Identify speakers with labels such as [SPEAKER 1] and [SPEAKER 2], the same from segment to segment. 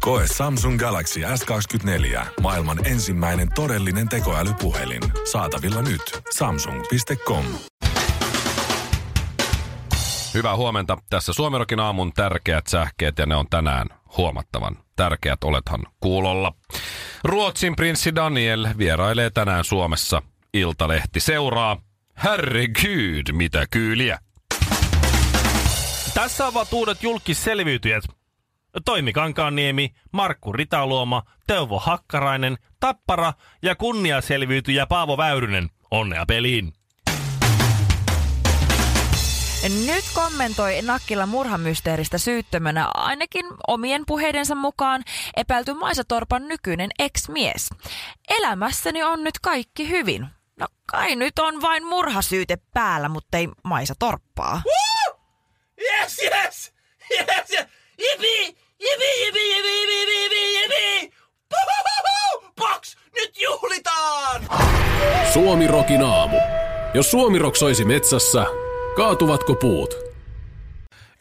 [SPEAKER 1] Koe Samsung Galaxy S24. Maailman ensimmäinen todellinen tekoälypuhelin. Saatavilla nyt. Samsung.com.
[SPEAKER 2] Hyvää huomenta. Tässä Suomerokin aamun tärkeät sähkeet ja ne on tänään huomattavan tärkeät. Olethan kuulolla. Ruotsin prinssi Daniel vierailee tänään Suomessa. Iltalehti seuraa. Herregud, mitä kyyliä.
[SPEAKER 3] Tässä ovat uudet julkisselviytyjät. Toimi Kankaanniemi, Markku Ritaluoma, Teuvo Hakkarainen, Tappara ja kunniaselviytyjä Paavo Väyrynen. Onnea peliin! No
[SPEAKER 4] Nyt kommentoi Nakkila murhamysteeristä syyttömänä ainakin omien puheidensa mukaan epäilty Maisa Torpan nykyinen ex-mies. Elämässäni on nyt kaikki hyvin. No kai nyt on vain murhasyyte päällä, mutta ei Maisa Torppaa.
[SPEAKER 5] Yes, yes! Yes, yes! Yippee! Yippee, yippee, yippee, yippee, yippee, yippee! Puhuhuhu! Box! Nyt juhlitaan!
[SPEAKER 6] Suomi Rokin aamu. Jos Suomi Rock soisi metsässä, kaatuvatko puut?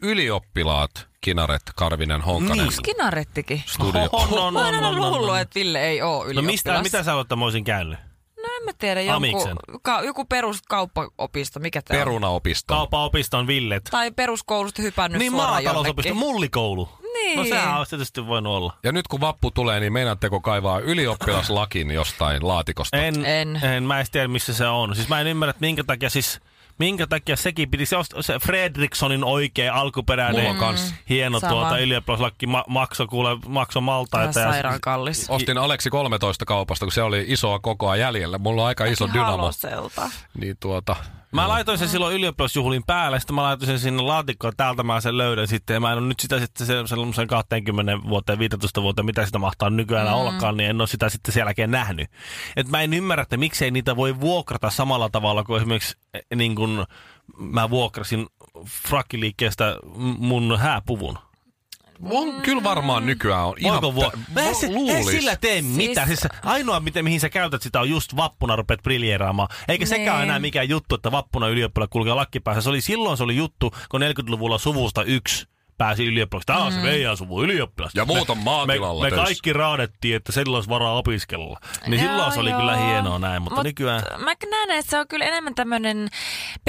[SPEAKER 2] Ylioppilaat, Kinaret, Karvinen, Honkanen.
[SPEAKER 4] Onks Kinarettikin?
[SPEAKER 2] Studio.
[SPEAKER 3] no,
[SPEAKER 4] Mä oon aina luullut, että Ville ei oo
[SPEAKER 3] No
[SPEAKER 4] ylioppilas.
[SPEAKER 3] mistä, mitä sä olet mä olisin käynyt?
[SPEAKER 4] No en mä tiedä,
[SPEAKER 3] Amiksen?
[SPEAKER 4] joku, ka, joku peruskauppaopisto, mikä tää on?
[SPEAKER 2] Perunaopisto.
[SPEAKER 3] Kaupaopiston Villet.
[SPEAKER 4] Tai peruskoulusta hypännyt
[SPEAKER 3] Niin
[SPEAKER 4] suoraan jonnekin.
[SPEAKER 3] maatalousopisto, mullikoulu.
[SPEAKER 4] Niin.
[SPEAKER 3] No sehän olisi tietysti voinut olla.
[SPEAKER 2] Ja nyt kun vappu tulee, niin meinaatteko kaivaa ylioppilaslakin jostain laatikosta?
[SPEAKER 3] En,
[SPEAKER 4] En.
[SPEAKER 3] en. en, mä en tiedä missä se on. Siis mä en ymmärrä, että minkä takia siis Minkä takia sekin piti, se, ost- se Fredrikssonin oikea
[SPEAKER 2] Mulla
[SPEAKER 3] alkuperäinen
[SPEAKER 2] on kans.
[SPEAKER 3] hieno
[SPEAKER 4] Mm. Sama.
[SPEAKER 3] tuota ylioppilaslakki ma- makso kuule, makso maltaita.
[SPEAKER 4] Tämä
[SPEAKER 3] ja-
[SPEAKER 4] sairaan kallis.
[SPEAKER 2] Ostin Aleksi 13 kaupasta, kun se oli isoa kokoa jäljellä. Mulla on aika iso dynamo.
[SPEAKER 4] Haloselta.
[SPEAKER 2] Niin tuota...
[SPEAKER 3] Mä laitoin sen silloin ylioppilasjuhlin päälle, sitten mä laitoin sen sinne laatikkoon, että täältä mä sen löydän sitten. Ja mä en ole nyt sitä sitten se- semmoisen 20 vuoteen, 15 vuoteen, mitä sitä mahtaa nykyään mm. ollakaan, niin en ole sitä sitten sen jälkeen nähnyt. Et mä en ymmärrä, että miksei niitä voi vuokrata samalla tavalla kuin esimerkiksi eh, niin kun mä vuokrasin frakkiliikkeestä m- mun hääpuvun.
[SPEAKER 2] On,
[SPEAKER 4] Mm.
[SPEAKER 2] kyllä varmaan nykyään on.
[SPEAKER 3] Voiko
[SPEAKER 2] Ihan
[SPEAKER 3] vuo-
[SPEAKER 2] tä-
[SPEAKER 3] Mä en, se, en
[SPEAKER 2] luulis.
[SPEAKER 3] sillä tee mitään. Siis... Siis ainoa, miten, mihin sä käytät sitä, on just vappuna rupeat briljeeraamaan. Eikä sekään ole
[SPEAKER 4] Niin.
[SPEAKER 3] enää mikään juttu, että vappuna ylioppilaat kulkee lakki päässä. Se oli, silloin se oli juttu, kun 40-luvulla suvusta yksi pääsi ylioppilaksi. Tämä
[SPEAKER 4] Mm.
[SPEAKER 3] on se meidän suvun ylioppilas.
[SPEAKER 2] Ja muut on
[SPEAKER 3] Me,
[SPEAKER 2] maatilalla
[SPEAKER 3] me
[SPEAKER 2] töissä.
[SPEAKER 3] kaikki raadettiin, että silloin olisi varaa opiskella. Niin
[SPEAKER 4] Joo,
[SPEAKER 3] silloin se oli kyllä
[SPEAKER 4] joo.
[SPEAKER 3] hienoa näin, mutta Mut... nykyään...
[SPEAKER 4] Mä näen, että se on kyllä enemmän tämmöinen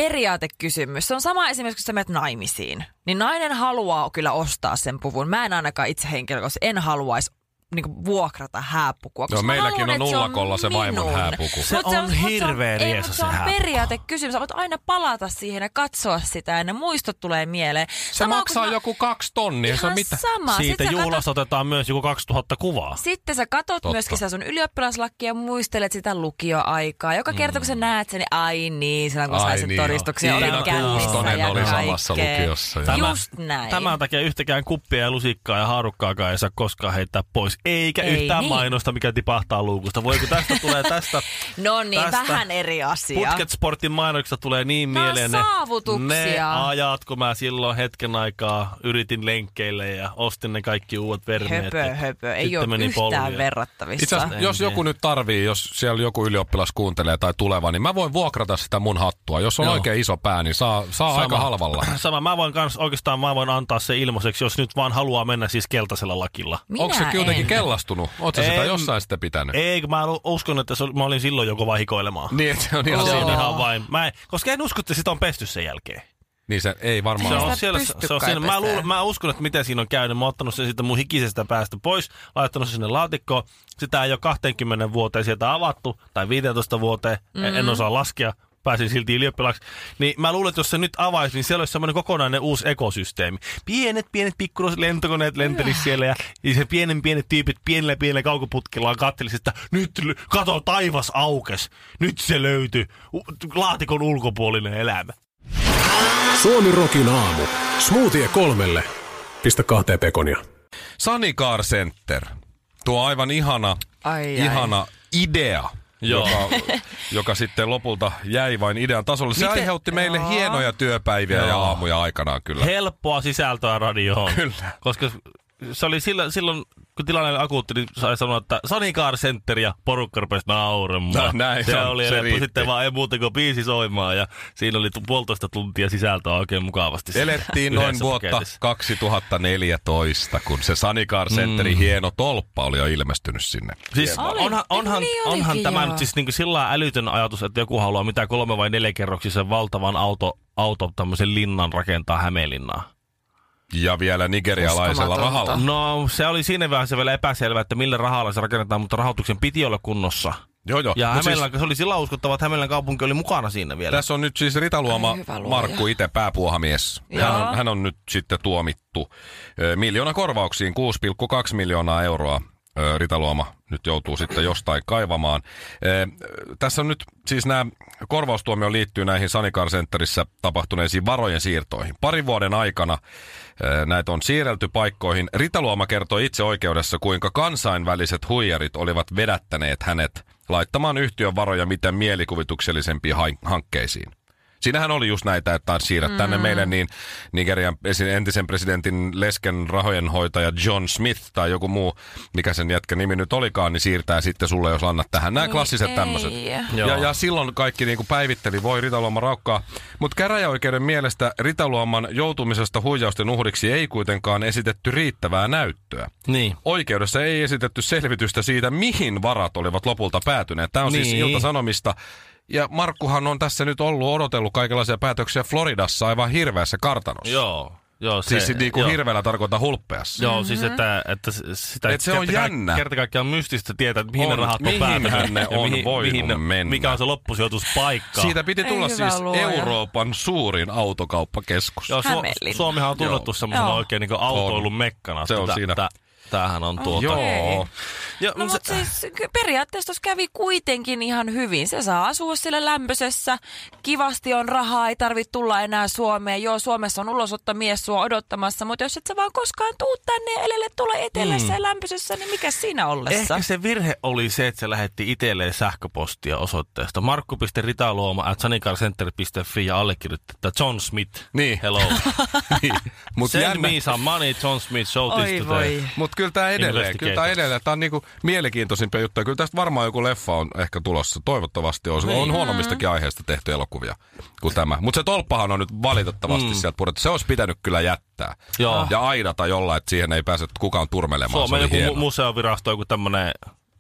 [SPEAKER 4] periaatekysymys. Se on sama esimerkiksi, kun sä menet naimisiin. Niin nainen haluaa kyllä ostaa sen puvun. Mä en ainakaan itse henkilökohtaisesti, en haluaisi niin vuokrata hääpukua. koska
[SPEAKER 2] Joo,
[SPEAKER 4] mä
[SPEAKER 2] meilläkin on
[SPEAKER 4] että se
[SPEAKER 2] ullakolla se vaimon
[SPEAKER 4] minun.
[SPEAKER 2] hääpuku.
[SPEAKER 3] Se
[SPEAKER 4] Mut
[SPEAKER 3] on
[SPEAKER 4] mut
[SPEAKER 3] hirveä
[SPEAKER 4] ei,
[SPEAKER 3] riesa
[SPEAKER 4] mut
[SPEAKER 3] se
[SPEAKER 4] se on
[SPEAKER 3] hääpuku.
[SPEAKER 4] periaatekysymys. Sä voit aina palata siihen ja katsoa sitä ja ne muistot tulee mieleen.
[SPEAKER 2] Se
[SPEAKER 4] Sama,
[SPEAKER 2] maksaa
[SPEAKER 4] kun mä-
[SPEAKER 2] joku kaksi tonnia. Se on
[SPEAKER 4] Ihan
[SPEAKER 2] mitä?
[SPEAKER 4] sama.
[SPEAKER 3] Siitä
[SPEAKER 4] Sit sä katot-
[SPEAKER 3] juhlasta otetaan myös joku 2000 kuvaa.
[SPEAKER 4] sitten sä katot
[SPEAKER 2] Totta.
[SPEAKER 4] myöskin sitä sun ylioppilaslakkia ja muistelet sitä lukioaikaa. Joka kerta kun sä näet sen, niin ai niin, silloin kun
[SPEAKER 2] Mm. Ai
[SPEAKER 4] sai sen
[SPEAKER 2] niin,
[SPEAKER 4] todistuksen,
[SPEAKER 2] joo.
[SPEAKER 4] olin
[SPEAKER 2] Iina
[SPEAKER 4] kännissä
[SPEAKER 2] Kuustonen
[SPEAKER 4] ja
[SPEAKER 2] oli samassa
[SPEAKER 4] kaikkea.
[SPEAKER 2] lukiossa, joo.
[SPEAKER 3] Tämä-
[SPEAKER 4] Just näin.
[SPEAKER 3] Tämän takia yhtäkään kuppia ja lusikkaa ja haarukkaakaan ei saa koskaan heittää pois. Eikä
[SPEAKER 4] Ei
[SPEAKER 3] yhtään
[SPEAKER 4] niin.
[SPEAKER 3] mainosta, mikä tipahtaa luukusta. Voi kun tästä tulee tästä.
[SPEAKER 4] No niin,
[SPEAKER 3] tästä
[SPEAKER 4] vähän eri asia.
[SPEAKER 3] Putketsportin mainoksista tulee niin
[SPEAKER 4] Taas
[SPEAKER 3] mieleen ne,
[SPEAKER 4] saavutuksia.
[SPEAKER 3] ne ajat, kun mä silloin hetken aikaa yritin lenkkeille ja ostin ne kaikki uudet vermeet.
[SPEAKER 4] Höpö,
[SPEAKER 3] ja
[SPEAKER 4] höpö. Ei
[SPEAKER 3] sitten
[SPEAKER 4] ole
[SPEAKER 3] meni
[SPEAKER 4] yhtään
[SPEAKER 3] polvia.
[SPEAKER 2] Itse
[SPEAKER 4] verrattavissa.
[SPEAKER 2] asiassa, jos
[SPEAKER 3] En
[SPEAKER 2] joku nyt tarvii, jos siellä joku ylioppilas kuuntelee tai tuleva, niin mä voin vuokrata sitä mun hattua. Jos on
[SPEAKER 3] Joo.
[SPEAKER 2] oikein iso pää, niin saa, saa aika halvalla.
[SPEAKER 3] Sama. Mä voin kans, oikeastaan mä voin antaa se ilmaiseksi, jos nyt vaan haluaa mennä siis keltaisella lakilla.
[SPEAKER 4] Minä
[SPEAKER 2] Onko se jotenkin
[SPEAKER 4] en.
[SPEAKER 2] kellastunut? Oletko sitä
[SPEAKER 3] En-
[SPEAKER 2] jossain sitä pitänyt?
[SPEAKER 3] Ei, kun mä lu- uskon, että se oli, mä olin silloin joko vahikoilemaan.
[SPEAKER 2] Niin, että se on ihan
[SPEAKER 3] Se on
[SPEAKER 2] siinä.
[SPEAKER 3] ihan vain. Mä en, koska en usko, että sitä on pesty sen jälkeen.
[SPEAKER 2] Niin se ei varmaan
[SPEAKER 3] Se
[SPEAKER 2] ole.
[SPEAKER 3] on
[SPEAKER 4] sitä
[SPEAKER 3] siellä,
[SPEAKER 4] pysty
[SPEAKER 3] se on siinä. Mä,
[SPEAKER 4] kai
[SPEAKER 3] luulen,
[SPEAKER 4] pesään.
[SPEAKER 3] mä uskon, että miten siinä on käynyt. Mä oon ottanut sen siitä mun hikisestä päästä pois, laittanut sen sinne laatikkoon. Sitä ei ole 20 vuoteen sieltä avattu, tai 15 vuoteen, mm. en osaa laskea. Pääsin silti ylioppilaksi. Niin mä luulen, että jos se nyt avaisi, niin siellä olisi semmoinen kokonainen uusi ekosysteemi. Pienet, pienet pikkuiset lentokoneet lentelisi siellä ja, ja se pienen pienet tyypit pienellä pienellä kaukoputkillaan katselisi, että nyt l- kato taivas aukes. Nyt se löytyi. U- laatikon ulkopuolinen elämä.
[SPEAKER 6] Suomi Rokin aamu. Smoothie kolmelle. Pistä kahteen pekonia.
[SPEAKER 2] Sanicar Center. Tuo aivan ihana,
[SPEAKER 4] Ai, ai.
[SPEAKER 2] ihana idea.
[SPEAKER 3] Joo.
[SPEAKER 2] Joka, joka sitten lopulta jäi vain idean tasolle. Se
[SPEAKER 4] Miten-
[SPEAKER 2] aiheutti meille
[SPEAKER 4] Joo.
[SPEAKER 2] hienoja työpäiviä ja
[SPEAKER 3] Joo.
[SPEAKER 2] aamuja aikanaan kyllä.
[SPEAKER 3] Helppoa sisältöä radioon.
[SPEAKER 2] Kyllä.
[SPEAKER 3] Koska se oli silloin, silloin kun tilanne oli akuutti, niin sai sanoa, että Sony Car Center ja porukka rupesi nauramaan.
[SPEAKER 2] No, näin
[SPEAKER 3] se
[SPEAKER 2] on,
[SPEAKER 3] oli
[SPEAKER 2] se
[SPEAKER 3] helppo.
[SPEAKER 2] riitti.
[SPEAKER 3] sitten vaan ei muuta kuin biisi soimaan ja siinä oli tu- puolitoista tuntia sisältöä oikein mukavasti.
[SPEAKER 2] Elettiin
[SPEAKER 3] Yhdessä
[SPEAKER 2] noin vuotta
[SPEAKER 3] paketissa.
[SPEAKER 2] 2014, kun se Sanicar Centerin mm. hieno tolppa oli jo ilmestynyt sinne.
[SPEAKER 3] Siis
[SPEAKER 4] Oli.
[SPEAKER 3] onhan,
[SPEAKER 4] Ei,
[SPEAKER 3] onhan,
[SPEAKER 4] niin olikin,
[SPEAKER 3] onhan tämä
[SPEAKER 4] joo.
[SPEAKER 3] nyt siis niin kuin sillä lailla älytön ajatus, että joku haluaa mitä kolme vai neljä kerroksisen valtavan auto, auto tämmöisen linnan rakentaa Hämeenlinnaan.
[SPEAKER 2] Ja vielä nigerialaisella
[SPEAKER 7] Uskomatonta.
[SPEAKER 2] rahalla.
[SPEAKER 4] Mm.
[SPEAKER 3] No se oli siinä vähän se vielä epäselvä, että millä rahalla se rakennetaan, mutta rahoituksen piti olla kunnossa.
[SPEAKER 2] Joo, joo.
[SPEAKER 3] Ja
[SPEAKER 2] Mut siis,
[SPEAKER 3] Hämeenlän, se oli sillä uskottava, että Hämeenlän kaupunki oli mukana siinä vielä.
[SPEAKER 2] tässä on nyt siis Ritaluoma
[SPEAKER 4] Ai hyvä luoja.
[SPEAKER 2] Markku itse pääpuohamies. Hän
[SPEAKER 4] Joo.
[SPEAKER 2] on, hän on nyt sitten tuomittu ö, miljoona korvauksiin, 6,2 miljoonaa euroa. Ö, Ritaluoma nyt joutuu sitten jostain kaivamaan. Ö, Tässä on nyt siis nämä korvaustuomio liittyy näihin Sanicar Centerissä tapahtuneisiin varojen siirtoihin. Parin vuoden aikana ö, näitä on siirrelty paikkoihin. Ritaluoma kertoi itse oikeudessa, kuinka kansainväliset huijarit olivat vedättäneet hänet laittamaan yhtiön varoja mitä mielikuvituksellisempiin hain- hankkeisiin. Siinähän oli just näitä, että taas siirrät mm. tänne meille, niin Nigerian presi- entisen presidentin lesken rahojenhoitaja John Smith tai joku muu, mikä sen jätkä nimi nyt olikaan, niin siirtää sitten sulle, jos annat tähän. Nämä klassiset
[SPEAKER 4] ei.
[SPEAKER 2] tämmöiset.
[SPEAKER 3] Joo.
[SPEAKER 2] Ja, ja silloin kaikki niinku päivitteli, voi Ritaluoma raukkaa. Mutta käräjäoikeuden mielestä Ritaluoman joutumisesta huijausten uhriksi ei kuitenkaan esitetty riittävää näyttöä.
[SPEAKER 3] Niin.
[SPEAKER 2] Oikeudessa ei esitetty selvitystä siitä, mihin varat olivat lopulta päätyneet. Tämä on niin. siis
[SPEAKER 3] Niin.
[SPEAKER 2] Ilta-Sanomista. Ja Markkuhan on tässä nyt ollut odotellut kaikenlaisia päätöksiä Floridassa aivan hirveässä kartanossa.
[SPEAKER 3] Joo. Joo, se,
[SPEAKER 2] Siis niin kuin
[SPEAKER 3] joo.
[SPEAKER 2] hirveällä tarkoittaa hulppeassa.
[SPEAKER 3] Joo, siis
[SPEAKER 4] Mhm.
[SPEAKER 3] että, että s- sitä
[SPEAKER 2] Et se on
[SPEAKER 3] kerta kaik-
[SPEAKER 2] jännä.
[SPEAKER 3] Kerta kaikkiaan mystistä tietää, että mihin
[SPEAKER 2] On.
[SPEAKER 3] ne rahat on
[SPEAKER 2] Mihin
[SPEAKER 3] päätynyt.
[SPEAKER 2] ne
[SPEAKER 3] ja
[SPEAKER 2] on voinut mennä.
[SPEAKER 3] Mikä on se loppusijoituspaikka.
[SPEAKER 2] Siitä piti
[SPEAKER 4] Ei
[SPEAKER 2] tulla
[SPEAKER 4] hyvä
[SPEAKER 2] siis
[SPEAKER 4] luoja.
[SPEAKER 2] Euroopan suurin autokauppakeskus.
[SPEAKER 3] Joo, Su-
[SPEAKER 4] Hämeenlinna.
[SPEAKER 3] Suomihan on tunnettu
[SPEAKER 2] Joo.
[SPEAKER 3] semmoisena
[SPEAKER 4] Joo.
[SPEAKER 3] oikein niin autoilun mekkana.
[SPEAKER 2] Se on
[SPEAKER 3] Tä-
[SPEAKER 2] siinä.
[SPEAKER 3] tä- Tämähän on tuota.
[SPEAKER 2] Joo.
[SPEAKER 3] Ja,
[SPEAKER 4] No
[SPEAKER 3] se-
[SPEAKER 4] mutta siis ky- periaatteessa tuossa kävi kuitenkin ihan hyvin. Se saa asua siellä lämpöisessä, kivasti on rahaa, ei tarvitse tulla enää Suomeen. Joo, Suomessa on ulosottomies sua odottamassa, mutta jos et sä vaan koskaan tuu tänne elelle tule etelässä ja lämpöisessä, niin mikä siinä ollessa?
[SPEAKER 3] Mm. Ehkä se virhe oli se, että se lähetti itselleen sähköpostia osoitteesta markku.ritaluoma at sanicarcenter.fi ja allekirjoitti, että John Smith.
[SPEAKER 2] Niin.
[SPEAKER 3] Hello.
[SPEAKER 2] Niin. Mut
[SPEAKER 3] Send
[SPEAKER 2] jännä-
[SPEAKER 3] me some money, John Smith, show this
[SPEAKER 4] Oi
[SPEAKER 3] today.
[SPEAKER 4] voi.
[SPEAKER 2] Mutta kyllä tämä edelleen, kyllä tämä
[SPEAKER 3] Investigators.
[SPEAKER 2] edelleen, tämä on niinku mielenkiintoisimpia juttuja. Kyllä tästä varmaan joku leffa on ehkä tulossa, toivottavasti on. On huonommistakin aiheista tehty elokuvia kuin tämä. Mutta se tolppahan on nyt valitettavasti mm. sieltä purettu. Se olisi pitänyt kyllä jättää.
[SPEAKER 3] Joo.
[SPEAKER 2] Ja aidata jollain, että siihen ei pääse kukaan turmelemaan.
[SPEAKER 3] Suomen joku
[SPEAKER 2] se oli
[SPEAKER 3] mu-
[SPEAKER 2] hieno.
[SPEAKER 3] museovirasto, joku tämmönen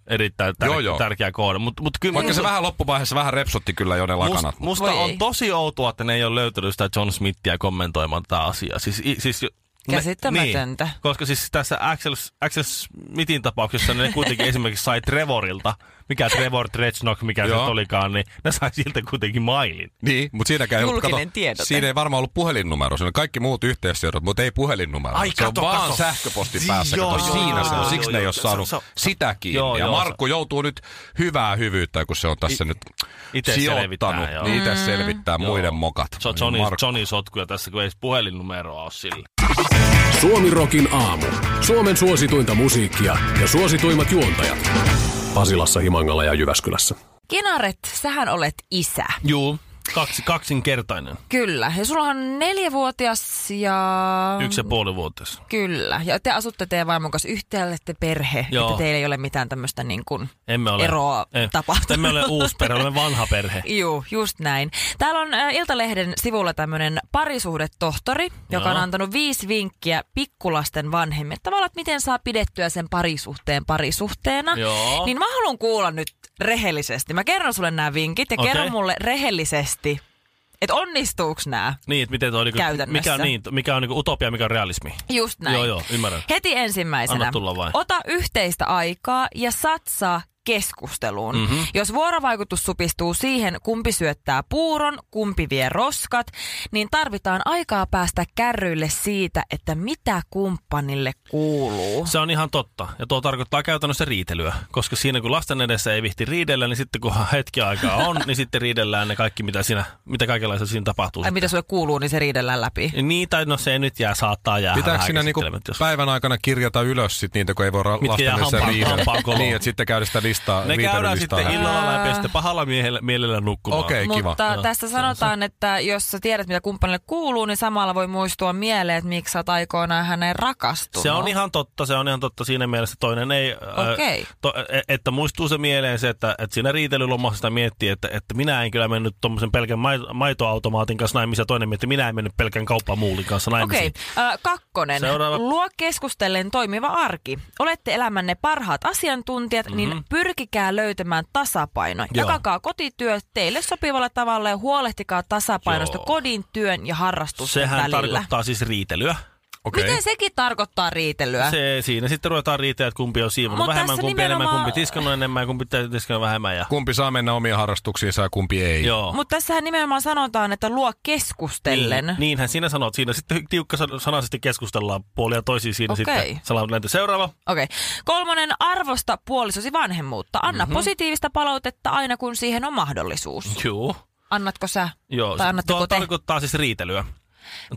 [SPEAKER 3] erittäin tär-
[SPEAKER 2] Joo, joo.
[SPEAKER 3] tärkeä kohde. Mutta mut kyllä
[SPEAKER 2] Vaikka se
[SPEAKER 3] musta-
[SPEAKER 2] vähän loppuvaiheessa vähän repsotti kyllä jo ne
[SPEAKER 3] Must,
[SPEAKER 2] lakanat.
[SPEAKER 3] musta
[SPEAKER 4] Voi
[SPEAKER 3] on
[SPEAKER 4] ei.
[SPEAKER 3] tosi outoa, että ne ei ole löytänyt sitä John Smithia kommentoimaan tätä asiaa. Siis, i- siis, jo- ne-
[SPEAKER 4] Käsittämätöntä.
[SPEAKER 3] Niin, koska siis tässä Axel, Axel Smithin tapauksessa ne kuitenkin esimerkiksi sai Trevorilta, mikä Trevor Tretchnock, mikä se
[SPEAKER 2] Joo.
[SPEAKER 3] nyt olikaan, niin ne sai siltä kuitenkin mailin.
[SPEAKER 2] Niin, mutta siinäkään ei ollut,
[SPEAKER 4] Julkinen
[SPEAKER 2] kato,
[SPEAKER 4] tiedote.
[SPEAKER 2] siinä ei varmaan ollut puhelinnumero. Siinä oli kaikki muut yhteystiedot, mutta ei puhelinnumero.
[SPEAKER 3] Ai,
[SPEAKER 2] se
[SPEAKER 3] kato,
[SPEAKER 2] on vaan
[SPEAKER 3] kato.
[SPEAKER 2] sähköposti
[SPEAKER 3] Si-
[SPEAKER 2] päässä. Joo,
[SPEAKER 3] joo,
[SPEAKER 2] kato,
[SPEAKER 3] joo,
[SPEAKER 2] siinä
[SPEAKER 3] joo,
[SPEAKER 2] se on.
[SPEAKER 3] joo,
[SPEAKER 2] Siksi
[SPEAKER 3] joo,
[SPEAKER 2] ne ei
[SPEAKER 3] joo.
[SPEAKER 2] ole
[SPEAKER 3] Se-
[SPEAKER 2] saanut
[SPEAKER 3] se-
[SPEAKER 2] sitä kiinni.
[SPEAKER 3] Joo,
[SPEAKER 2] ja
[SPEAKER 3] joo,
[SPEAKER 2] Markku joutuu nyt hyvää hyvyyttä, kun se on tässä nyt
[SPEAKER 3] Ite
[SPEAKER 2] sijoittanut.
[SPEAKER 3] selvittää, joo.
[SPEAKER 2] Niin itse selvittää muiden mokat.
[SPEAKER 3] Se on Johnny,
[SPEAKER 2] Markku.
[SPEAKER 3] Johnny sotkuja tässä, kun ei edes puhelinnumeroa ole sillä.
[SPEAKER 6] Suomi Rokin aamu. Suomen suosituinta musiikkia ja suosituimmat juontajat. Pasilassa, Himangalla ja Jyväskylässä.
[SPEAKER 4] Kinaret, sähän olet isä.
[SPEAKER 3] Juu. Kaksi, kaksinkertainen.
[SPEAKER 4] Kyllä. Ja sulla on neljävuotias ja... Mm.
[SPEAKER 3] Yksi ja puoli vuotias.
[SPEAKER 4] Kyllä. Ja te asutte teidän vaimon kanssa yhtä te perhe,
[SPEAKER 3] Joo.
[SPEAKER 4] että teillä ei ole mitään tämmöistä niin kuin
[SPEAKER 3] Emme ole.
[SPEAKER 4] eroa
[SPEAKER 3] ei,
[SPEAKER 4] tapahtunut.
[SPEAKER 3] Emme ole uusi perhe, olemme vanha perhe.
[SPEAKER 4] Juu, just näin. Täällä on ä, Iltalehden sivulla tämmöinen parisuhdetohtori, joka on
[SPEAKER 3] Joo.
[SPEAKER 4] antanut viisi vinkkiä pikkulasten vanhemmille. Tavallaan, että miten saa pidettyä sen parisuhteen parisuhteena.
[SPEAKER 3] Joo.
[SPEAKER 4] Niin mä haluan kuulla nyt rehellisesti. Mä kerron sulle nämä vinkit ja
[SPEAKER 3] Okei.
[SPEAKER 4] kerro mulle rehellisesti, että onnistuuks nämä.
[SPEAKER 3] Niin, että miten toi, niinku,
[SPEAKER 4] Käytännössä.
[SPEAKER 3] mikä on, niin, mikä on niinku utopia, mikä on realismi.
[SPEAKER 4] Just näin.
[SPEAKER 3] Joo, joo, ymmärrän.
[SPEAKER 4] Heti ensimmäisenä.
[SPEAKER 3] Anna tulla vain.
[SPEAKER 4] Ota yhteistä aikaa ja satsaa keskusteluun.
[SPEAKER 3] Mhm.
[SPEAKER 4] Mm-hmm. Jos vuorovaikutus supistuu siihen, kumpi syöttää puuron, kumpi vie roskat, niin tarvitaan aikaa päästä kärryille siitä, että mitä kumppanille kuuluu.
[SPEAKER 3] Se on ihan totta. Ja tuo tarkoittaa käytännössä riitelyä. Koska siinä kun lasten edessä ei vihti riidellä, niin sitten kun hetki aikaa on, niin sitten riidellään ne kaikki, mitä, siinä, mitä kaikenlaista siinä tapahtuu.
[SPEAKER 4] Ai mitä sulle kuuluu, niin se riidellään läpi.
[SPEAKER 3] Niin, tai no se nyt jää, saattaa jäädä.
[SPEAKER 2] Pitääkö siinä niinku
[SPEAKER 3] häikäilemättä, jos-
[SPEAKER 2] päivän aikana kirjata ylös sit niitä, kun ei voi ra-
[SPEAKER 3] Mitkä jää
[SPEAKER 2] lasten edessä
[SPEAKER 3] hampaan-
[SPEAKER 2] riidellä?
[SPEAKER 3] hampaan koloon.
[SPEAKER 2] Niin, että sitten käydä sitä listaa,
[SPEAKER 3] Ne käydään
[SPEAKER 2] viitelylistaa.
[SPEAKER 3] sitten illalla läpi ja sitten pahalla miehellä, mielellä nukkumaan.
[SPEAKER 2] Okei, kiva.
[SPEAKER 4] Mutta tässä sanotaan, että jos sä tiedät, mitä kumppanille kuuluu, niin samalla voi muistua mieleen, että miksi sä oot aikoinaan häneen rakastunut.
[SPEAKER 3] Se on ihan totta, se on ihan totta siinä mielessä, että toinen ei, ää,
[SPEAKER 4] Okei.
[SPEAKER 3] to, e- että muistuu se mieleen se, että, että siinä riitelylomassa sitä miettii, että, että minä en kyllä mennyt tuommoisen pelkän mai- maitoautomaatin kanssa naimisiin, ja toinen miettii, minä en mennyt pelkän kauppamuulin kanssa naimisiin.
[SPEAKER 4] Okei, äh, kakkonen.
[SPEAKER 3] Seuraava.
[SPEAKER 4] Luo keskustellen toimiva arki. Olette elämänne parhaat asiantuntijat, mm-hmm. niin pyrkikää löytämään tasapaino.
[SPEAKER 3] Mhm. Joo.
[SPEAKER 4] Jakakaa kotityöt teille sopivalla tavalla ja huolehtikaa tasapainosta
[SPEAKER 3] Joo.
[SPEAKER 4] kodin, työn ja harrastusten
[SPEAKER 3] Sehän
[SPEAKER 4] välillä.
[SPEAKER 3] tarkoittaa siis riitelyä.
[SPEAKER 2] Okei.
[SPEAKER 4] Miten sekin tarkoittaa riitelyä?
[SPEAKER 3] Se, siinä sitten ruvetaan riiteä, että kumpi on siivonut
[SPEAKER 4] Mut
[SPEAKER 3] vähemmän,
[SPEAKER 4] tässä
[SPEAKER 3] kumpi enemmän,
[SPEAKER 4] nimenomaan-
[SPEAKER 3] kumpi tiskannut enemmän ja kumpi tiskannut vähemmän. Ja...
[SPEAKER 2] Kumpi saa mennä omiin harrastuksiinsa ja kumpi ei.
[SPEAKER 3] Joo.
[SPEAKER 4] Mutta tässähän nimenomaan sanotaan, että luo keskustellen.
[SPEAKER 3] Niin, niinhän sinä sanot. Siinä sitten tiukka san- sanaisesti keskustellaan puolia toisiin siinä
[SPEAKER 4] Okei.
[SPEAKER 3] sitten. Salam lento. Seuraava.
[SPEAKER 4] Okei. Kolmonen, arvosta puolisosi vanhemmuutta. Anna
[SPEAKER 3] Mhm.
[SPEAKER 4] mm-hmm. positiivista palautetta aina, kun siihen on mahdollisuus.
[SPEAKER 3] Joo.
[SPEAKER 4] Annatko sä?
[SPEAKER 3] Joo,
[SPEAKER 4] Tai
[SPEAKER 3] se-
[SPEAKER 4] annatteko
[SPEAKER 3] tuo
[SPEAKER 4] te?
[SPEAKER 3] tarkoittaa siis riitelyä.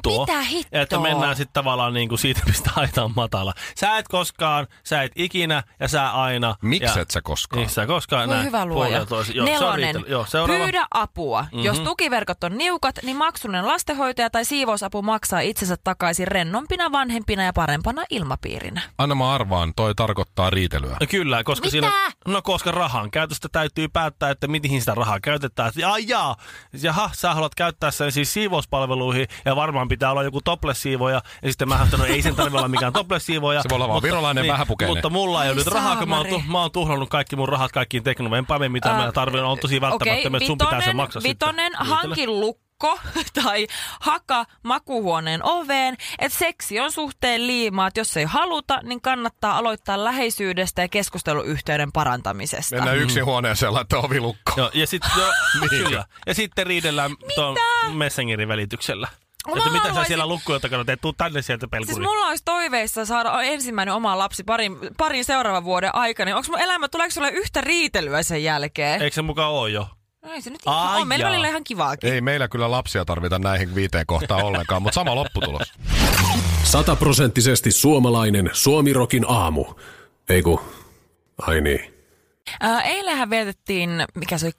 [SPEAKER 3] Tuo.
[SPEAKER 4] Mitä hittoa?
[SPEAKER 3] Että mennään sitten tavallaan niinku siitä, mistä aita on matala. Sä et koskaan, sä et ikinä ja sä aina.
[SPEAKER 2] Miksi
[SPEAKER 3] ja,
[SPEAKER 2] et sä koskaan?
[SPEAKER 3] Niin, sä koskaan
[SPEAKER 4] Voi
[SPEAKER 3] näin.
[SPEAKER 4] hyvä
[SPEAKER 3] Puolia
[SPEAKER 4] luoja.
[SPEAKER 3] toisin. Joo, se on
[SPEAKER 4] Nelonen.
[SPEAKER 3] riitely. Joo, seuraava. Mhm.
[SPEAKER 4] Pyydä apua. Mm-hmm. Jos tukiverkot on niukat, niin maksullinen lastenhoitaja tai siivousapu maksaa itsensä takaisin rennompina, vanhempina ja parempana ilmapiirinä.
[SPEAKER 2] Anna mä arvaan, toi tarkoittaa riitelyä.
[SPEAKER 3] No kyllä, koska
[SPEAKER 4] Mitä?
[SPEAKER 3] siinä, no koska rahan käytöstä täytyy päättää, että mihin sitä rahaa käytetään. Ja ai jaa, jaha, sä haluat käyttää sen siis siivouspalveluihin ja varmaan pitää olla joku toplessiivoja. Ja sitten mä ajattelin, no ei sen tarvitse olla mikään toplessiivoja.
[SPEAKER 2] Se voi olla vaan virolainen vähäpukeinen.
[SPEAKER 3] niin, Mutta mulla ei ole
[SPEAKER 4] Ai
[SPEAKER 3] nyt rahaa, kun mä oon, tu-
[SPEAKER 4] saamari.
[SPEAKER 3] mä oon tuhlannut kaikki mun rahat kaikkiin teknologiaan. Enpä me mitään,
[SPEAKER 4] Äh,
[SPEAKER 3] mä en tarvitse, on tosi välttämättömiä, että sun pitää se maksaa
[SPEAKER 4] vitonen
[SPEAKER 3] sitten. Niin,
[SPEAKER 4] hanki lukko tai haka makuhuoneen oveen, että seksi on suhteen liimaa, että jos ei haluta, niin kannattaa aloittaa läheisyydestä ja keskusteluyhteyden parantamisesta.
[SPEAKER 2] Mennään yksin huoneeseen laittaa ovilukko.
[SPEAKER 3] Joo, ja sitten jo,
[SPEAKER 2] Niin.
[SPEAKER 3] kyllä. Ja sitten riidellään tuon Messengerin välityksellä.
[SPEAKER 4] Mä
[SPEAKER 3] että mitä sä
[SPEAKER 4] haluaisin-
[SPEAKER 3] siellä lukkuilta kannat, et tuu tänne sieltä pelkuri.
[SPEAKER 4] Siis mulla olisi toiveissa saada ensimmäinen oma lapsi parin, parin seuraavan vuoden aikana. Onko mun elämä, tuleeko sulle yhtä riitelyä sen jälkeen? Ei,
[SPEAKER 3] Eikö se mukaan ole jo?
[SPEAKER 4] no ei se nyt
[SPEAKER 3] Ai
[SPEAKER 4] ihan, on meillä
[SPEAKER 3] jaa.
[SPEAKER 4] välillä ihan kivaakin.
[SPEAKER 2] Ei meillä kyllä lapsia tarvita näihin viiteen kohtaan ollenkaan, mutta sama lopputulos.
[SPEAKER 6] Sataprosenttisesti suomalainen Suomirokin aamu. Ei ku, ai niin.
[SPEAKER 4] Ää, eilähän vietettiin, mikä se oli,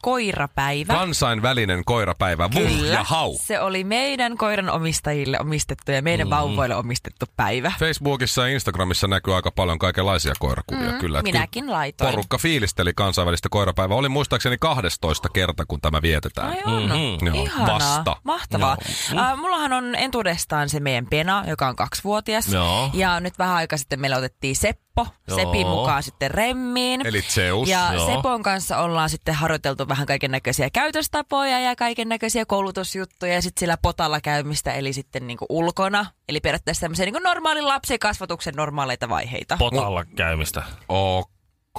[SPEAKER 4] koirapäivä.
[SPEAKER 2] Kansainvälinen koirapäivä. Vuh ja hau.
[SPEAKER 4] Se oli meidän koiran omistajille omistettu ja meidän mm. vauvoille omistettu päivä.
[SPEAKER 2] Facebookissa ja Instagramissa näkyy aika paljon kaikenlaisia koirakuvia. Mm, kyllä, että
[SPEAKER 4] Mm-hmm. minäkin
[SPEAKER 2] kyllä
[SPEAKER 4] laitoin.
[SPEAKER 2] Porukka fiilisteli kansainvälistä koirapäivää. Oli muistaakseni 12 kerta, kun tämä vietetään.
[SPEAKER 4] Ai on.
[SPEAKER 2] Mhm. Joo,
[SPEAKER 4] Ihanaa.
[SPEAKER 2] vasta.
[SPEAKER 4] Mahtavaa. Äh, mullahan on entuudestaan se meidän Pena, joka on kaksivuotias.
[SPEAKER 3] Joo.
[SPEAKER 4] Ja nyt vähän aika sitten meillä otettiin Seppo.
[SPEAKER 3] Joo.
[SPEAKER 4] Sepin mukaan sitten remmiin.
[SPEAKER 2] Eli Zeus.
[SPEAKER 4] Ja
[SPEAKER 3] Joo.
[SPEAKER 4] Sepon kanssa ollaan sitten harjoiteltu vähän kaiken näköisiä käytöstapoja ja kaiken näköisiä koulutusjuttuja ja sitten sillä potalla käymistä eli sitten niinku ulkona. Eli periaatteessa tämmöisiä niinku normaalin lapsen kasvatuksen normaaleita vaiheita.
[SPEAKER 3] Potalla käymistä.
[SPEAKER 2] Ok.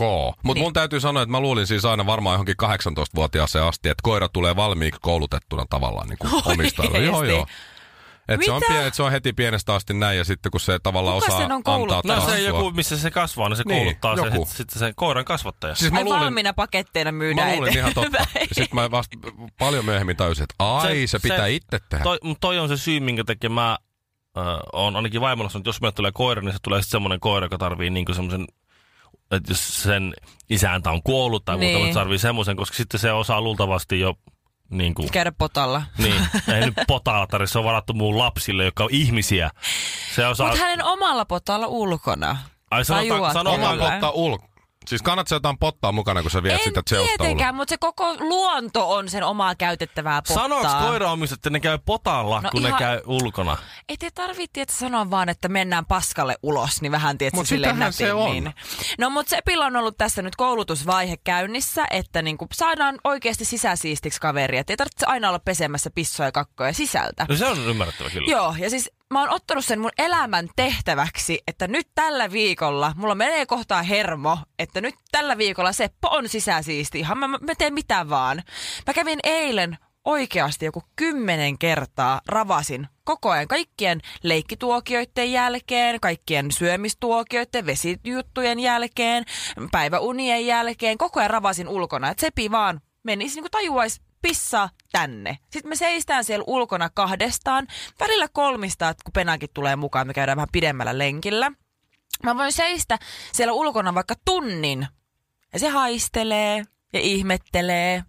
[SPEAKER 2] Mutta
[SPEAKER 4] Niin.
[SPEAKER 2] mun täytyy sanoa, että mä luulin siis aina varmaan johonkin 18-vuotiaaseen asti, että koira tulee valmiiksi koulutettuna tavallaan niin kuin omistajalle. Joo,
[SPEAKER 4] Oikeesti?
[SPEAKER 2] joo. Et se, on
[SPEAKER 4] Mitä?
[SPEAKER 2] pie, et se on heti pienestä asti näin ja sitten kun se tavallaan
[SPEAKER 4] Kuka
[SPEAKER 2] osaa
[SPEAKER 4] sen on
[SPEAKER 2] antaa
[SPEAKER 4] kouluttanut?
[SPEAKER 3] No se
[SPEAKER 2] kasvua.
[SPEAKER 3] joku, missä se kasvaa, niin se
[SPEAKER 2] Niin,
[SPEAKER 3] kouluttaa niin,
[SPEAKER 2] joku.
[SPEAKER 3] se, sitten se koiran kasvattaja.
[SPEAKER 2] Siis mä
[SPEAKER 4] Ai
[SPEAKER 2] luulin,
[SPEAKER 4] valmiina paketteina myydään
[SPEAKER 2] mä luulin ihan totta.
[SPEAKER 4] eteenpäin.
[SPEAKER 2] Sitten mä vasta paljon myöhemmin tajusin, että ai se, pitää itse tehdä.
[SPEAKER 3] Toi, mut toi on se syy, minkä takia mä äh, on ainakin vaimolla sanonut, että jos meille tulee koira, niin se tulee sitten semmoinen koira, joka tarvii niinku semmoisen että jos sen isäntä on kuollut tai muuta,
[SPEAKER 4] Niin.
[SPEAKER 3] niin. tarvii semmoisen, koska sitten se osaa luultavasti jo niin kuin,
[SPEAKER 4] Käydä potalla.
[SPEAKER 3] niin, ei nyt potaa tarvitse, se on varattu muun lapsille, jotka on ihmisiä. Se osaa,
[SPEAKER 4] Mutta hänen omalla potalla ulkona.
[SPEAKER 3] ai sanotaan,
[SPEAKER 4] tajuat
[SPEAKER 3] sanotaan,
[SPEAKER 2] Oman
[SPEAKER 4] Kyllä.
[SPEAKER 2] pottaa ulko. Siis kannatko jotain pottaa mukana, kun sä viet sitä
[SPEAKER 4] en
[SPEAKER 2] Zeusta ulos?
[SPEAKER 4] tietenkään, mutta se koko luonto on sen omaa käytettävää pottaa.
[SPEAKER 3] Sanoks koiraomistajat, että ne käy potalla,
[SPEAKER 4] No
[SPEAKER 3] kun
[SPEAKER 4] ihan-
[SPEAKER 3] ne käy ulkona?
[SPEAKER 4] Ei te tarvitse että sanoa vaan, että mennään paskalle ulos, niin vähän tietysti
[SPEAKER 2] Mut
[SPEAKER 4] silleen
[SPEAKER 2] sitähän se on.
[SPEAKER 4] näpin, Niin. No mutta Sepillä on ollut tässä nyt koulutusvaihe käynnissä, että niinku saadaan oikeasti sisäsiistiksi kaveria. Että ei tarvitse aina olla pesemässä pissoja ja kakkoja sisältä.
[SPEAKER 3] No se on ymmärrettävä kyllä.
[SPEAKER 4] Joo, ja siis mä oon ottanut sen mun elämän tehtäväksi, että nyt tällä viikolla, mulla menee kohtaan hermo, että nyt tällä viikolla Seppo on sisäsiisti. Ihan mä, mä mä teen mitä vaan. Mä kävin eilen oikeasti joku kymmenen kertaa ravasin koko ajan kaikkien leikkituokioiden jälkeen, kaikkien syömistuokioiden, vesijuttujen jälkeen, päiväunien jälkeen. Koko ajan ravasin ulkona, että Sepi vaan menisi niin kuin tajuaisi pissaa tänne. Sitten me seistään siellä ulkona kahdestaan, välillä kolmista, että kun Penakin tulee mukaan, me käydään vähän pidemmällä lenkillä. Mä voin seistä siellä ulkona vaikka tunnin, Ja se haistelee ja ihmettelee.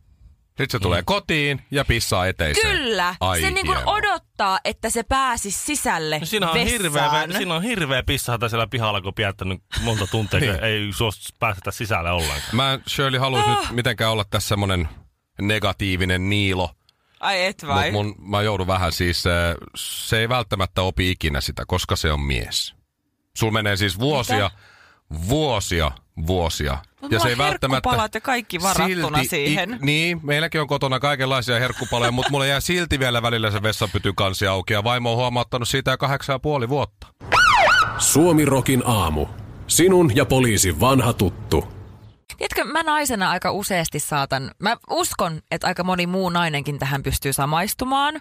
[SPEAKER 2] Sitten se tulee kotiin ja pissaa eteiseen.
[SPEAKER 4] Kyllä,
[SPEAKER 2] Ai
[SPEAKER 4] se niin kuin
[SPEAKER 2] hienoa.
[SPEAKER 4] odottaa, että se pääsisi sisälle
[SPEAKER 3] No siinä on
[SPEAKER 4] vessaan.
[SPEAKER 3] hirveä, siinä on hirveä pissahata siellä pihalla, kun piättänyt monta tuntia, kun
[SPEAKER 2] Niin.
[SPEAKER 3] ei suostu päästä sisälle ollenkaan.
[SPEAKER 2] Mä en, Shirley, halus
[SPEAKER 4] Ah.
[SPEAKER 2] nyt mitenkään olla tässä semmonen negatiivinen niilo.
[SPEAKER 4] Ai et vai?
[SPEAKER 2] Mutta mun, mä joudun vähän siis, äh, se ei välttämättä opi ikinä sitä, koska se on mies. Sul menee siis vuosia, vuosia, vuosia.
[SPEAKER 4] No, mulla on herkkupalat ja kaikki varattuna siihen.
[SPEAKER 2] niin, meilläkin on kotona kaikenlaisia herkkupaloja, mutta mulla jää silti vielä välillä se vessanpyty kansi auki. Ja vaimo on huomauttanut siitä jo kahdeksan ja puoli vuotta.
[SPEAKER 6] Suomi Rokin aamu. Sinun ja poliisin vanha tuttu.
[SPEAKER 4] Tiedätkö, mä naisena aika useasti saatan, mä uskon, että aika moni muu nainenkin tähän pystyy samaistumaan.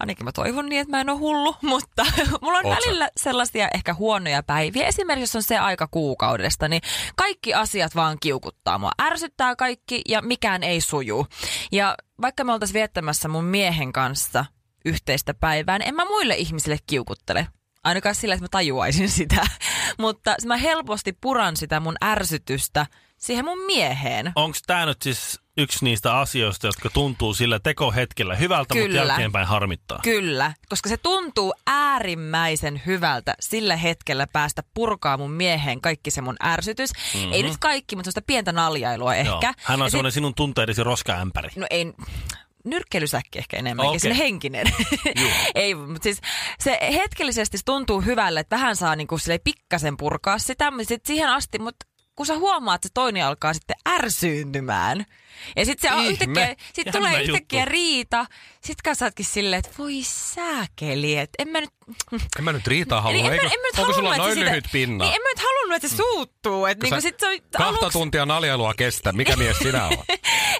[SPEAKER 4] Ainakin mä toivon niin, että mä en ole hullu, mutta mulla on
[SPEAKER 2] Oot sä?
[SPEAKER 4] välillä sellaisia ehkä huonoja päiviä. Esimerkiksi jos on se aika kuukaudesta, niin kaikki asiat vaan kiukuttaa mua. Ärsyttää kaikki ja mikään ei suju. Ja vaikka me oltaisiin viettämässä mun miehen kanssa yhteistä päivää, niin en mä muille ihmisille kiukuttele. Ainakaan sillä, että mä tajuaisin sitä. Mutta mä helposti puran sitä mun ärsytystä siihen mun mieheen.
[SPEAKER 3] Onko tämä nyt siis yksi niistä asioista, jotka tuntuu sillä tekohetkellä hyvältä,
[SPEAKER 4] Kyllä.
[SPEAKER 3] mutta jälkeenpäin harmittaa?
[SPEAKER 4] Kyllä, koska se tuntuu äärimmäisen hyvältä sillä hetkellä päästä purkaa mun mieheen kaikki se mun ärsytys. Mm-hmm. Ei nyt kaikki, mutta sellaista pientä naljailua ehkä.
[SPEAKER 3] Mhm. Joo. Hän
[SPEAKER 4] Ja
[SPEAKER 3] on
[SPEAKER 4] sit-
[SPEAKER 3] semmoinen sinun tunteidesi roskaämpäri.
[SPEAKER 4] No ei, nyrkkeilysäkki ehkä enemmänkin, okay.
[SPEAKER 3] Okei.
[SPEAKER 4] sinne henkinen. ei, mutta siis se hetkellisesti tuntuu hyvälle, että vähän saa niinku sille pikkasen purkaa sitä, mutta sit siihen asti, mutta kun sä huomaat, että se toinen alkaa sitten ärsyyntymään. Ja sitten se on
[SPEAKER 2] Ihme.
[SPEAKER 4] yhtäkkiä, sit
[SPEAKER 3] Jännä
[SPEAKER 4] tulee
[SPEAKER 3] juttu.
[SPEAKER 4] yhtäkkiä riita. Sitten saatkin silleen, että voi sääkeli, että en mä nyt...
[SPEAKER 2] En mä nyt riitaa halua.
[SPEAKER 4] Niin, en, mä, en
[SPEAKER 2] eikö?
[SPEAKER 4] mä nyt
[SPEAKER 2] Onko sulla
[SPEAKER 4] halunnut,
[SPEAKER 2] noin
[SPEAKER 4] että se
[SPEAKER 2] lyhyt
[SPEAKER 4] sitä,
[SPEAKER 2] pinna?
[SPEAKER 4] Niin, en mä nyt halunnut, että se suuttuu. Että
[SPEAKER 2] Kun
[SPEAKER 4] niinku
[SPEAKER 2] sä
[SPEAKER 4] sit se on
[SPEAKER 2] kahta
[SPEAKER 4] aluksi
[SPEAKER 2] tuntia naljailua kestä. Mikä mies sinä oot?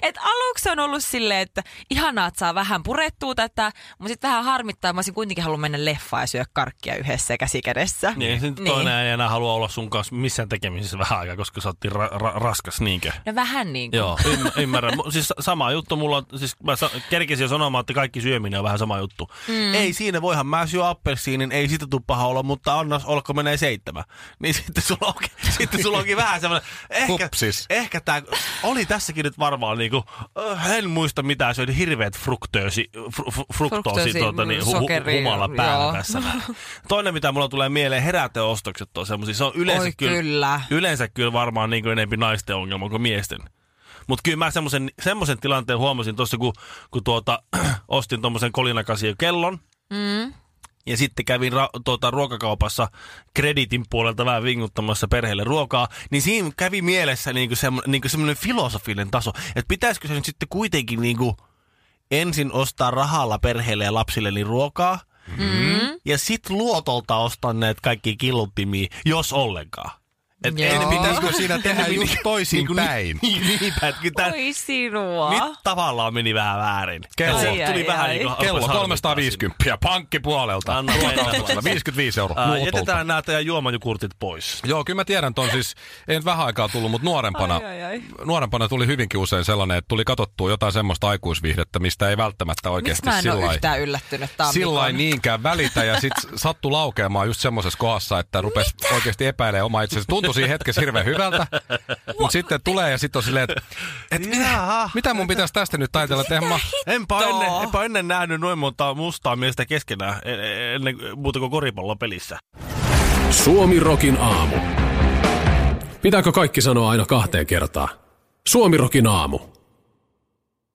[SPEAKER 4] Et aluksi on ollut silleen, että ihanaa, että saa vähän purettua tätä, mutta sitten vähän harmittaa. Mä olisin kuitenkin halunnut mennä leffaan ja syödä karkkia yhdessä käsikädessä.
[SPEAKER 3] Niin, niin. toinen ei enää halua olla sun kanssa missään tekemisissä vähän aikaa, koska sä oot niin ra- ra- raskas, niinkö?
[SPEAKER 4] No vähän niin kuin.
[SPEAKER 3] Joo, ymm, ymmärrän. Mu- Siis sa- sama juttu mulla on, siis mä sa- kerkisin jo sanomaan, että kaikki syöminen on vähän sama juttu. Mm. Ei siinä, voihan mä syö appelsiinin, ei sitä tuu paha olla, mutta annas olko menee seitsemän. Niin sitten sulla onkin, sitten sulla onkin vähän semmoinen, ehkä,
[SPEAKER 2] Hupsis.
[SPEAKER 3] ehkä tää, oli tässäkin nyt varmaan niinku, äh, en muista mitään, se oli hirveät fruktöösi, fru, fru, fruktoosi,
[SPEAKER 4] Fruktoosi,
[SPEAKER 3] tuota, niin, hu, hu,
[SPEAKER 4] sokeri,
[SPEAKER 3] humala päällä
[SPEAKER 4] joo.
[SPEAKER 3] tässä. Toinen, mitä mulla tulee mieleen, heräteostokset on semmoisia, se on yleensä
[SPEAKER 4] Oi
[SPEAKER 3] kyllä,
[SPEAKER 4] kyllä.
[SPEAKER 3] yleensä kyllä varmaan niin enempi naisten ongelma kuin miesten. Mutta kyllä mä semmoisen semmosen tilanteen huomasin tuossa, kun, kun tuota, ostin tuommoisen kolinakasio kellon. Mm. Ja sitten kävin ra- tuota, ruokakaupassa kreditin puolelta vähän vinguttamassa perheelle ruokaa, niin siinä kävi mielessä niinku semmo, niinku semmoinen filosofinen taso, että pitäisikö se nyt sitten kuitenkin niinku ensin ostaa rahalla perheelle ja lapsille niin ruokaa, mm. ja sitten luotolta ostaa näitä kaikki killuttimia, jos ollenkaan. Et
[SPEAKER 4] Joo.
[SPEAKER 3] ennemmin tässä-
[SPEAKER 2] Pitäisikö siinä tehdä just toisin
[SPEAKER 3] niinku
[SPEAKER 2] päin?
[SPEAKER 3] Niin, niin, niinpä, että kyllä tää-
[SPEAKER 4] Oi sinua.
[SPEAKER 3] nyt tavallaan meni vähän väärin.
[SPEAKER 2] Kello.
[SPEAKER 3] Et se
[SPEAKER 4] Ai, ai,
[SPEAKER 3] tuli vähän
[SPEAKER 4] ai.
[SPEAKER 3] niin kuin
[SPEAKER 2] Kello
[SPEAKER 3] alkoi
[SPEAKER 2] 350, pankkipuolelta.
[SPEAKER 3] Anna mennä.
[SPEAKER 2] Tuolta, 55 euroa.
[SPEAKER 3] harmittaa siinä. Ää,
[SPEAKER 2] luotolta.
[SPEAKER 3] Äh, Jätetään nämä teidän juomajukurtit pois.
[SPEAKER 2] Joo, kyllä mä tiedän ton siis, ei nyt vähän aikaa tullut, mutta nuorempana,
[SPEAKER 4] Ai, ai, ai.
[SPEAKER 2] nuorempana tuli hyvinkin usein sellainen, että tuli katsottua jotain semmoista aikuisviihdettä, mistä ei välttämättä
[SPEAKER 4] Miksi
[SPEAKER 2] oikeasti
[SPEAKER 4] mä en
[SPEAKER 2] sillä
[SPEAKER 4] ole
[SPEAKER 2] lailla-
[SPEAKER 4] yhtään yllättynyt tammikuun?
[SPEAKER 2] sillä ei niinkään välitä ja sit sattu laukeamaan just semmoisessa kohdassa, että rupes oikeasti epäilee omaa itsensä. Tuntui siinä hetkessä hirveän hyvältä, mutta sitten tulee ja sitten on silleen, että et,
[SPEAKER 3] Jaha.
[SPEAKER 2] mitä mun pitäisi tästä nyt taitella tehdä?
[SPEAKER 3] Niin, Enpä ennen, enpä ennen nähnyt noin monta mustaa miestä keskenään, en- en- ennen muuta kuin koripallopelissä.
[SPEAKER 6] Suomi Rokin aamu. Pitääkö kaikki sanoa aina kahteen kertaan? Suomi Rokin aamu.